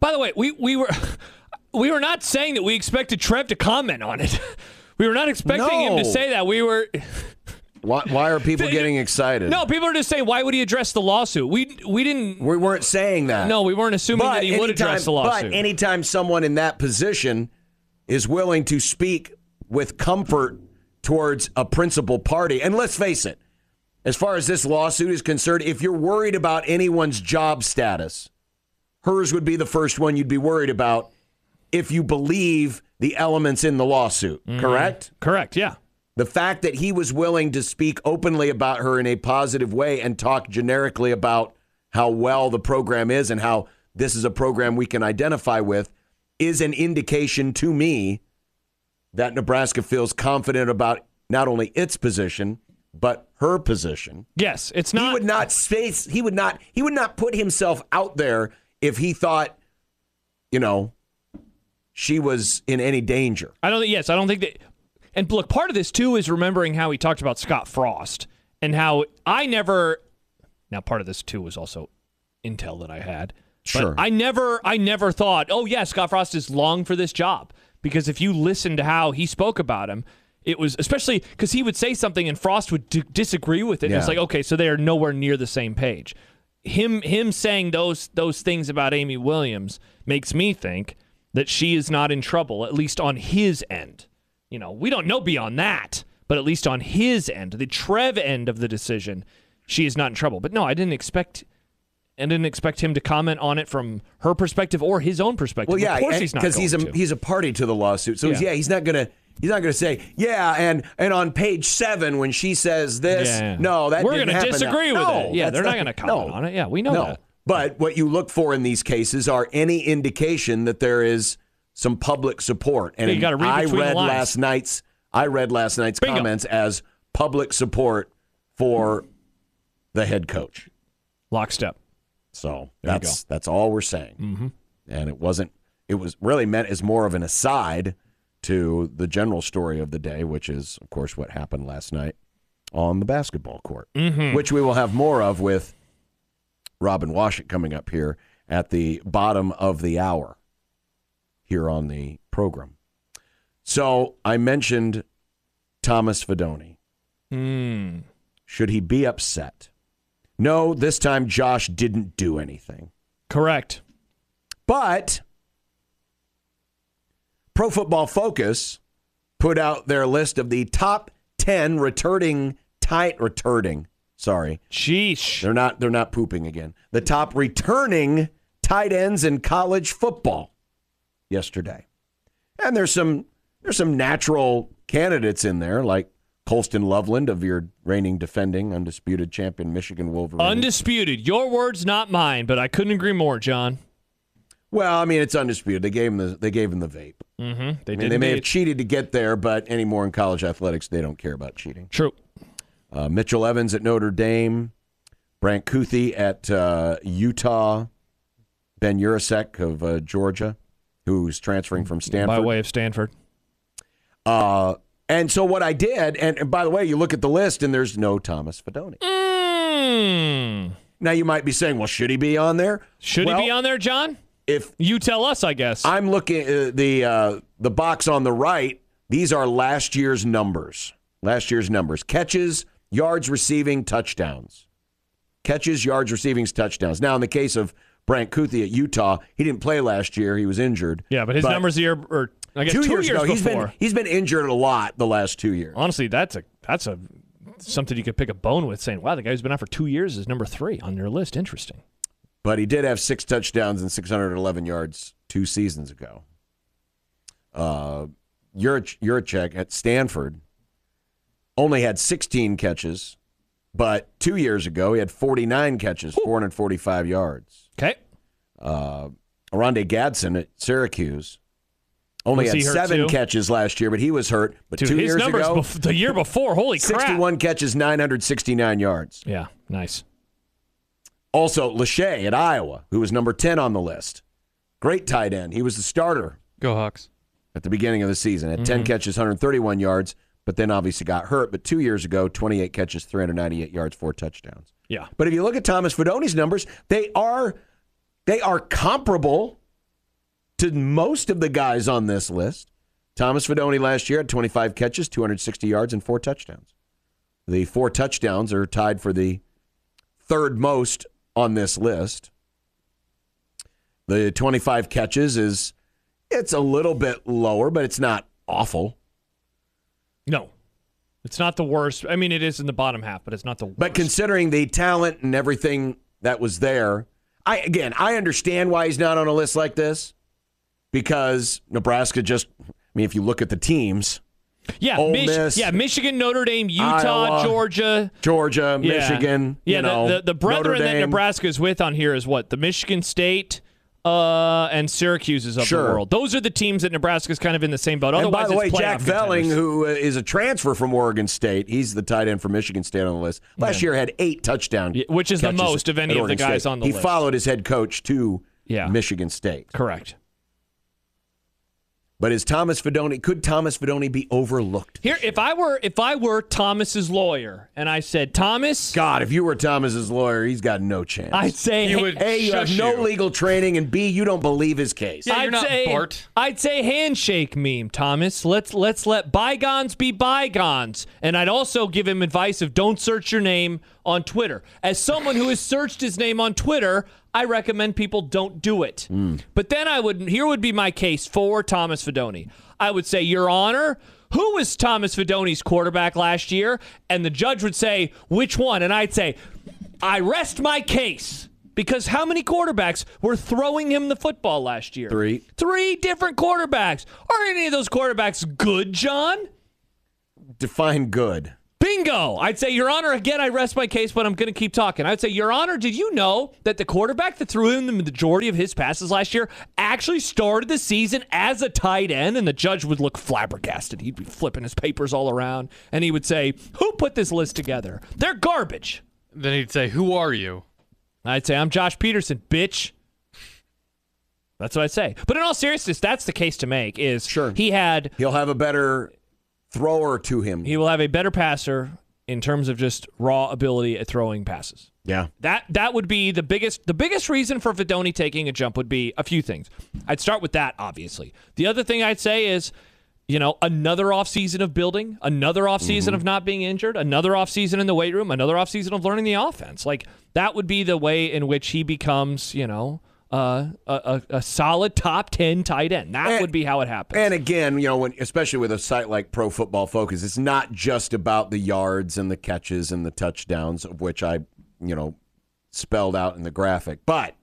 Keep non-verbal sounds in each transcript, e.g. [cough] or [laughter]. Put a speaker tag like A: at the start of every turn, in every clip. A: By the way, we, we were [laughs] we were not saying that we expected Trev to comment on it. [laughs] We were not expecting him to
B: No.
A: say that. We were
B: Why, why
A: [laughs]
B: are people getting excited?
A: no. People are just saying, why would he address the lawsuit? We we didn't.
B: we weren't saying that.
A: No, we weren't assuming that he would address the lawsuit.
B: But anytime someone in that position is willing to speak with comfort towards a principal party, and let's face it, as far as this lawsuit is concerned, if you're worried about anyone's job status, hers would be the first one you'd be worried about if you believe the elements in the lawsuit,
A: Mm-hmm.
B: correct?
A: Correct. Yeah.
B: The fact that he was willing to speak openly about her in a positive way and talk generically about how well the program is and how this is a program we can identify with is an indication to me that Nebraska feels confident about not only its position but her position.
A: Yes. It's
B: he
A: not.
B: would not space he would not he would not put himself out there if he thought you know she was in any danger.
A: I don't think. Yes, I don't think that. And look, part of this too is remembering how he talked about Scott Frost and how I never. Now, part of this too was also intel that I had. But
B: Sure.
A: I never, I never thought. Oh yeah, Scott Frost is long for this job because if you listen to how he spoke about him, it was especially because he would say something and Frost would d- disagree with it. It's
B: Yeah.
A: like okay, so they are nowhere near the same page. Him, him saying those those things about Amy Williams makes me think that she is not in trouble, at least on his end. You know, we don't know beyond that, but at least on his end, the Trev end of the decision, she is not in trouble. But no, I didn't expect and didn't expect him to comment on it from her perspective or his own perspective.
B: Well, yeah,
A: of course
B: and-
A: he's not
B: he's a
A: going to.
B: he's a party to the lawsuit. So yeah,
A: Yeah.
B: he's not gonna he's not gonna say yeah. And and on page seven when she says this,
A: Yeah, yeah.
B: no, that
A: We're
B: didn't
A: gonna
B: happen that-
A: disagree with
B: No,
A: it. Yeah,
B: that's
A: they're not gonna comment
B: no,
A: on it. Yeah, we know
B: no.
A: that.
B: But what you look for in these cases are any indication that there is some public support. And
A: Yeah, you gotta read
B: I
A: between the
B: read
A: lines.
B: last night's I read last night's
A: Bingo.
B: comments as public support for the head coach.
A: lockstep.
B: So
A: There you
B: that's that's all we're saying. Mm-hmm. And it wasn't. It was really meant as more of an aside to the general story of the day, which is, of course, what happened last night on the basketball court,
A: Mm-hmm.
B: which we will have more of with Robin Washit coming up here at the bottom of the hour here on the program. So I mentioned Thomas Fedoni.
A: Hmm.
B: Should he be upset? No, this time Josh didn't do anything.
A: Correct.
B: But Pro Football Focus put out their list of the top 10 returning tight retarding. Sorry.
A: Sheesh.
B: They're not they're not pooping again. The top returning tight ends in college football yesterday. And there's some there's some natural candidates in there like Colston Loveland of your reigning defending undisputed champion Michigan Wolverine.
A: Undisputed. Your words, not mine, but I couldn't agree more, John.
B: well, I mean it's undisputed. They gave him the they gave him the vape.
A: Mm-hmm. They
B: I
A: did.
B: mean, they may
A: indeed.
B: have cheated to get there, but anymore in college athletics, they don't care about cheating.
A: True.
B: Uh, Mitchell Evans at Notre Dame, Brant Cuthie at uh, Utah, Ben Urasek of uh, Georgia, who's transferring from
A: By
B: Stanford.
A: way of Stanford.
B: Uh, and so what I did, and, and by the way, you look at the list and there's no Thomas Fedoni.
A: Mm.
B: Now you might be saying, well, should he be on there?
A: Should
B: well,
A: he be on there, John?
B: If
A: You tell us, I guess.
B: I'm looking uh, the uh, the box on the right. These are last year's numbers. Last year's numbers: catches, yards receiving, touchdowns. Catches, yards receiving, touchdowns. Now, in the case of Brant Cuthie at Utah, he didn't play last year; he was injured.
A: yeah, but his numbers here are, I guess,
B: two, years, ago, he's
A: before.
B: been he's been injured a lot the last two years.
A: Honestly, that's a that's a something you could pick a bone with, saying, "Wow, the guy who's been out for two years is number three on your list." Interesting.
B: but he did have six touchdowns and 611 yards two seasons ago. Uh, Jurich- Juricek at Stanford only had 16 catches, but two years ago he had 49 catches, 445 yards.
A: Okay,
B: Uh, Aronde Gadsden at Syracuse only
A: Was
B: had
A: he hurt
B: seven
A: too?
B: catches last year, but he was hurt. But
A: Dude,
B: two
A: his
B: years
A: numbers
B: ago,
A: bef- the year before, holy crap.
B: 61 catches, 969 yards.
A: Yeah, nice.
B: Also, Lachey at Iowa, who was number 10 on the list. Great tight end. He was the starter
C: Go Hawks. Mm-hmm.
B: at the beginning of the season. Had 10 catches, 131 yards, but then obviously got hurt. But two years ago, 28 catches, 398 yards, four touchdowns.
A: Yeah.
B: But if you look at Thomas Fedoni's numbers, they are they are comparable to most of the guys on this list. Thomas Fedoni last year had 25 catches, 260 yards, and four touchdowns. The four touchdowns are tied for the third most on this list. The 25 catches is it's a little bit lower, but it's not awful.
A: No. It's not the worst. I mean, it is in the bottom half, but it's not the worst.
B: But considering the talent and everything that was there, I again I understand why he's not on a list like this because Nebraska just I mean if you look at the teams,
A: yeah,
B: Ole
A: Mich-
B: Miss,
A: yeah, Michigan, Notre Dame, Utah,
B: Iowa,
A: Georgia,
B: Georgia,
A: yeah.
B: Michigan,
A: Yeah,
B: you
A: the,
B: know,
A: the, the brethren
B: Notre
A: that
B: Dame,
A: Nebraska is with on here is what the Michigan State. Uh, and Syracuse's of
B: Sure.
A: the world. Those are the teams that Nebraska's kind of in the same boat.
B: And
A: Otherwise,
B: by the way,
A: it's playoff
B: Jack Velling,
A: contenders.
B: who uh, is a transfer from Oregon State, he's the tight end for Michigan State on the list. Last year had eight touchdown,
A: Yeah, which is the
B: catches
A: most of any of
B: at
A: the
B: Oregon
A: guys
B: State.
A: on the
B: he
A: list.
B: followed his head coach to
A: Yeah.
B: Michigan State.
A: correct.
B: But is Thomas Fedoni? Could Thomas Fedoni be overlooked?
A: Here, if I were if I were Thomas's lawyer, and I said, Thomas,
B: God, if you were Thomas's lawyer, he's got no chance.
A: I'd say,
C: You
A: "Hey,
C: would-
B: A, you have
C: Shush
B: no
C: you.
B: legal training, and B, you don't believe his case.
C: Yeah, you're
A: I'd
C: not
A: say,
C: Bart.
A: I'd say handshake meme, Thomas. Let's let's let bygones be bygones. And I'd also give him advice of don't search your name on Twitter. As someone who has searched his name on Twitter, I recommend people don't do it. But then I would here would be my case for Thomas Fedoni. I would say, Your Honor, who was Thomas Fedoni's quarterback last year? And the judge would say, which one? And I'd say, I rest my case. Because how many quarterbacks were throwing him the football last year?
B: Three.
A: Three different quarterbacks. Are any of those quarterbacks good, John?
B: Define good.
A: Bingo! I'd say, Your Honor, again, I rest my case, but I'm going to keep talking. I'd say, Your Honor, did you know that the quarterback that threw in the majority of his passes last year actually started the season as a tight end? And the judge would look flabbergasted. He'd be flipping his papers all around, and he would say, Who put this list together? They're garbage.
C: Then he'd say, "Who are you?"
A: I'd say, I'm Josh Peterson, bitch. That's what I'd say. But in all seriousness, that's the case to make is
B: Sure.
A: he had
B: He'll have a better thrower to him.
A: he will have a better passer in terms of just raw ability at throwing passes.
B: yeah.
A: That that would be the biggest the biggest reason for Fedoni taking a jump would be a few things. I'd start with that, obviously. The other thing I'd say is, you know, another offseason of building, another offseason of not being injured, another offseason in the weight room, another offseason of learning the offense. Like that would be the way in which he becomes, you know, uh, a, a, a solid top ten tight end. That
B: And-
A: would be how it happens.
B: And again, you know, when especially with a site like Pro Football Focus, it's not just about the yards and the catches and the touchdowns, of which I, you know, spelled out in the graphic, but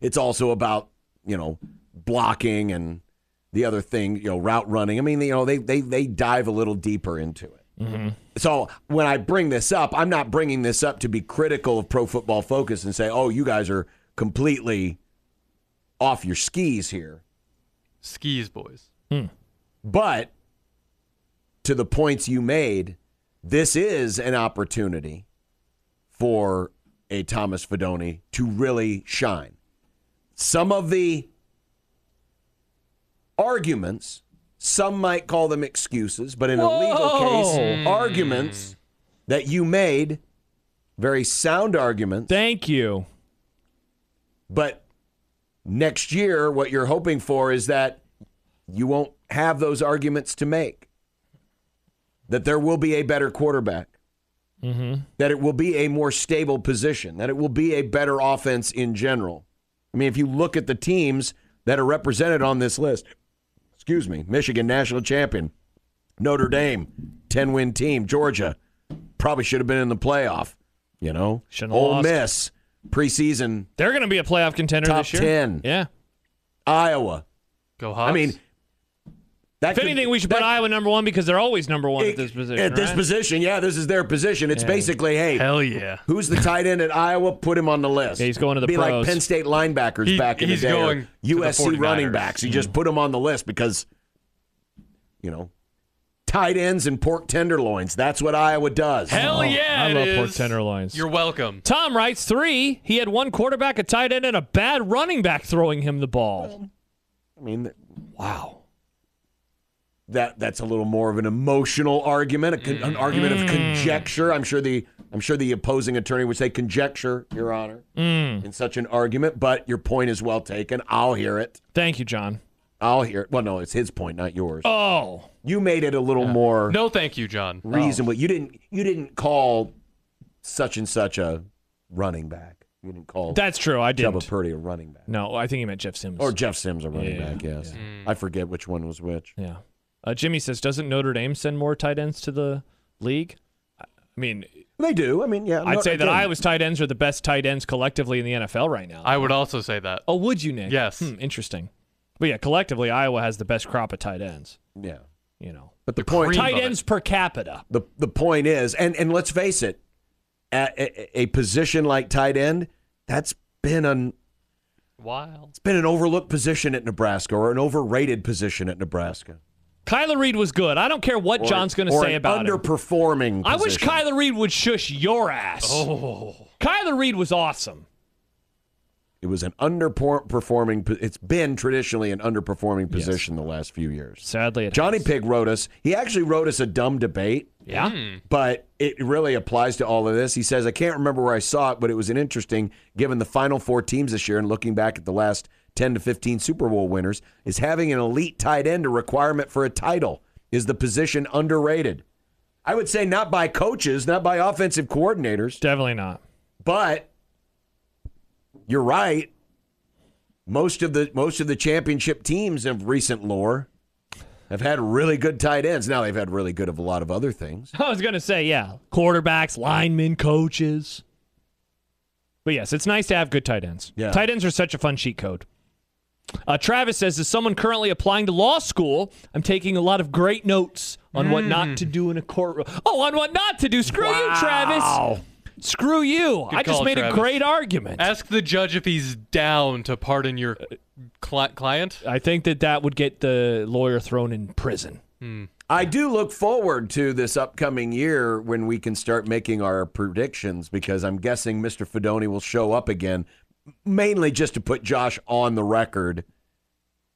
B: it's also about, you know, blocking and the other thing, you know, route running. I mean, you know, they they they dive a little deeper into it. So when I bring this up, I'm not bringing this up to be critical of Pro Football Focus and say, "Oh, you guys are completely off your skis here."
C: Skis boys.
B: But to the points you made, this is an opportunity for a Thomas Fedoni to really shine. Some of the arguments, some might call them excuses, but in a legal case, arguments that you made, very sound arguments.
A: Thank you.
B: But next year, what you're hoping for is that you won't have those arguments to make. That there will be a better quarterback.
A: Mm-hmm.
B: That it will be a more stable position. That it will be a better offense in general. I mean, if you look at the teams that are represented on this list, excuse me, Michigan national champion, Notre Dame, 10 win team, Georgia, probably should have been in the playoff, you know?
A: Shouldn't have
B: Ole
A: lost.
B: Miss, preseason
A: They're gonna be a playoff contender
B: Top
A: this year.
B: 10.
A: Yeah.
B: Iowa.
C: Go Hawks.
B: I mean, That
A: If anything, we should put Iowa number one because they're always number one at this position.
B: At this
A: right?
B: position, yeah, this is their position. It's basically, hey,
C: Hell yeah.
B: Who's the tight end at Iowa? Put him on the list.
A: Yeah, he's going to the
B: Be
A: pros.
B: like Penn State linebackers
C: He-
B: back in the
C: he's
B: day. or
C: going to the
B: USC
C: 49ers.
B: running backs. You just put him on the list because, you know, tight ends and pork tenderloins. That's what Iowa does.
C: Hell
A: Oh,
C: yeah.
A: I
C: it
A: love pork
C: is.
A: tenderloins.
C: You're welcome.
A: Tom writes three. He had one quarterback, a tight end, and a bad running back throwing him the ball.
B: I mean, th-
A: Wow.
B: that that's a little more of an emotional argument, a con- an
A: Mm.
B: argument of conjecture. I'm sure the I'm sure the opposing attorney would say conjecture, Your Honor,
A: Mm.
B: in such an argument. But your point is well taken. I'll hear it.
A: Thank you, John.
B: I'll hear it. Well, no, it's his point, not yours.
A: Oh,
B: you made it a little more.
C: No, thank you, John.
B: reasonable. You didn't you didn't call such and such a running back. You didn't call
A: that's true. I
B: Chuba
A: didn't.
B: Purdy a running back.
A: No, I think he meant Jeff Sims.
B: Or Jeff Sims a running
A: Yeah,
B: back, yes. I forget which one was which.
A: yeah. Uh, Jimmy says, doesn't Notre Dame send more tight ends to the league? I I mean,
B: They do. I mean, yeah.
A: I'd
B: no,
A: say that
B: again,
A: Iowa's tight ends are the best tight ends collectively in the NFL right now.
C: I would also say that.
A: oh, would you, Nick?
C: Yes.
A: Hmm, interesting. But yeah, collectively, Iowa has the best crop of tight ends.
B: Yeah.
A: You know,
B: But the,
C: The
B: point
C: cream.
A: tight
C: of it.
A: ends per capita.
B: the the point is, and and let's face it, at a, a position like tight end, that's been an
C: Wild.
B: it's been an overlooked position at Nebraska or an overrated position at Nebraska.
A: Kyler Reed was good. I don't care what
B: Or-
A: John's going to
B: or
A: say
B: an
A: about him.
B: underperforming.
A: I wish
B: position.
A: Kyler Reed would shush your ass.
C: Oh.
A: Kyler Reed was awesome.
B: It was an underperforming. po- It's been traditionally an underperforming position the last few years.
A: Sadly, it
B: Johnny Pig wrote us. He actually wrote us a dumb debate,
A: Yeah.
C: Hmm.
B: but it really applies to all of this. He says, "I can't remember where I saw it, but it was an interesting. Given the final four teams this year and looking back at the last ten to fifteen Super Bowl winners, is having an elite tight end a requirement for a title? Is the position underrated? I would say not by coaches, not by offensive coordinators,
A: Definitely not.
B: but you're right. Most of the most of the championship teams of recent lore have had really good tight ends. Now they've had really good of a lot of other things.
A: [laughs] I was going to say, yeah, quarterbacks, linemen, coaches. But yes, it's nice to have good tight ends.
B: Yeah.
A: Tight ends are such a fun cheat code. Uh, Travis says, as someone currently applying to law school, I'm taking a lot of great notes on what not
B: Mm.
A: to do in a courtroom. Oh, on what not to do. Screw you, Travis. Screw you. I just
C: call,
A: made
C: Travis.
A: a great argument.
C: Ask the judge if he's down to pardon your cli client.
A: I think that that would get the lawyer thrown in prison.
B: I do look forward to this upcoming year when we can start making our predictions because I'm guessing Mr. Fedoni will show up again, mainly just to put Josh on the record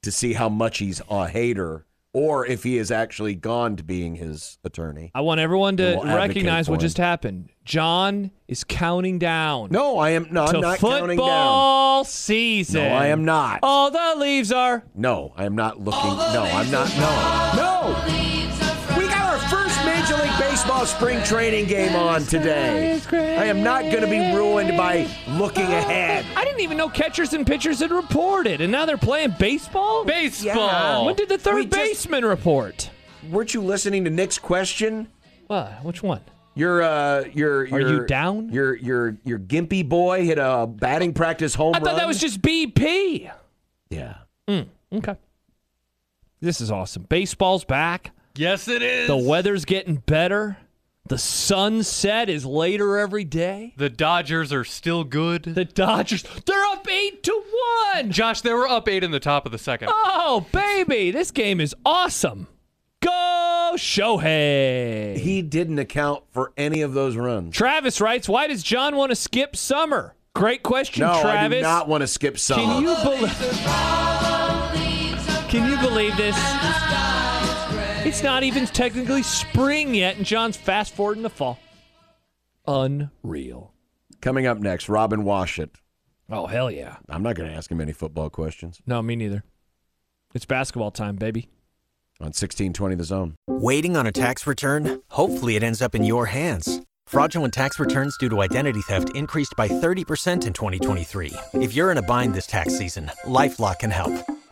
B: to see how much he's a hater or if he has actually gone to being his attorney.
A: I want everyone to
B: And we'll advocate
A: recognize what
B: for him.
A: just happened. John is counting down
B: No, I am no,
A: to
B: I'm not counting down.
A: football season.
B: No, I am not.
A: All the leaves are.
B: No, I am not looking. No, I'm not. No, no. We got our first Major League Baseball spring training game on today. I am not going to be ruined by looking ahead.
A: I didn't even know catchers and pitchers had reported, and now they're playing baseball.
C: Baseball.
A: When did the third
B: We just-
A: baseman report?
B: Weren't you listening to Nick's question?
A: What? Which one?
B: Your uh, your your
A: Are you down?
B: Your your your gimpy boy hit a batting practice home
A: I thought
B: run.
A: that was just BP.
B: yeah.
A: Okay. This is awesome. Baseball's back.
C: Yes, it is.
A: The weather's getting better. The sunset is later every day.
C: The Dodgers are still good.
A: The Dodgers, they're up 8 to 1.
C: Josh, they were up eight in the top of the second.
A: Oh, baby, this game is awesome. Go Shohei.
B: He didn't account for any of those runs.
A: Travis writes, "Why does John want to skip summer?" Great question,
B: No, I
A: Travis.
B: do not want to skip summer.
A: Can you believe? Can you believe this? It's not even technically spring yet, and John's fast forwarding the fall. Unreal.
B: Coming up next, Robin Washit.
A: Oh hell yeah!
B: I'm not going to ask him any football questions
A: No, me neither. It's basketball time, baby.
B: on 1620 The Zone.
D: Waiting on a tax return? Hopefully, it ends up in your hands. Fraudulent tax returns due to identity theft increased by 30% in 2023. If you're in a bind this tax season, LifeLock can help.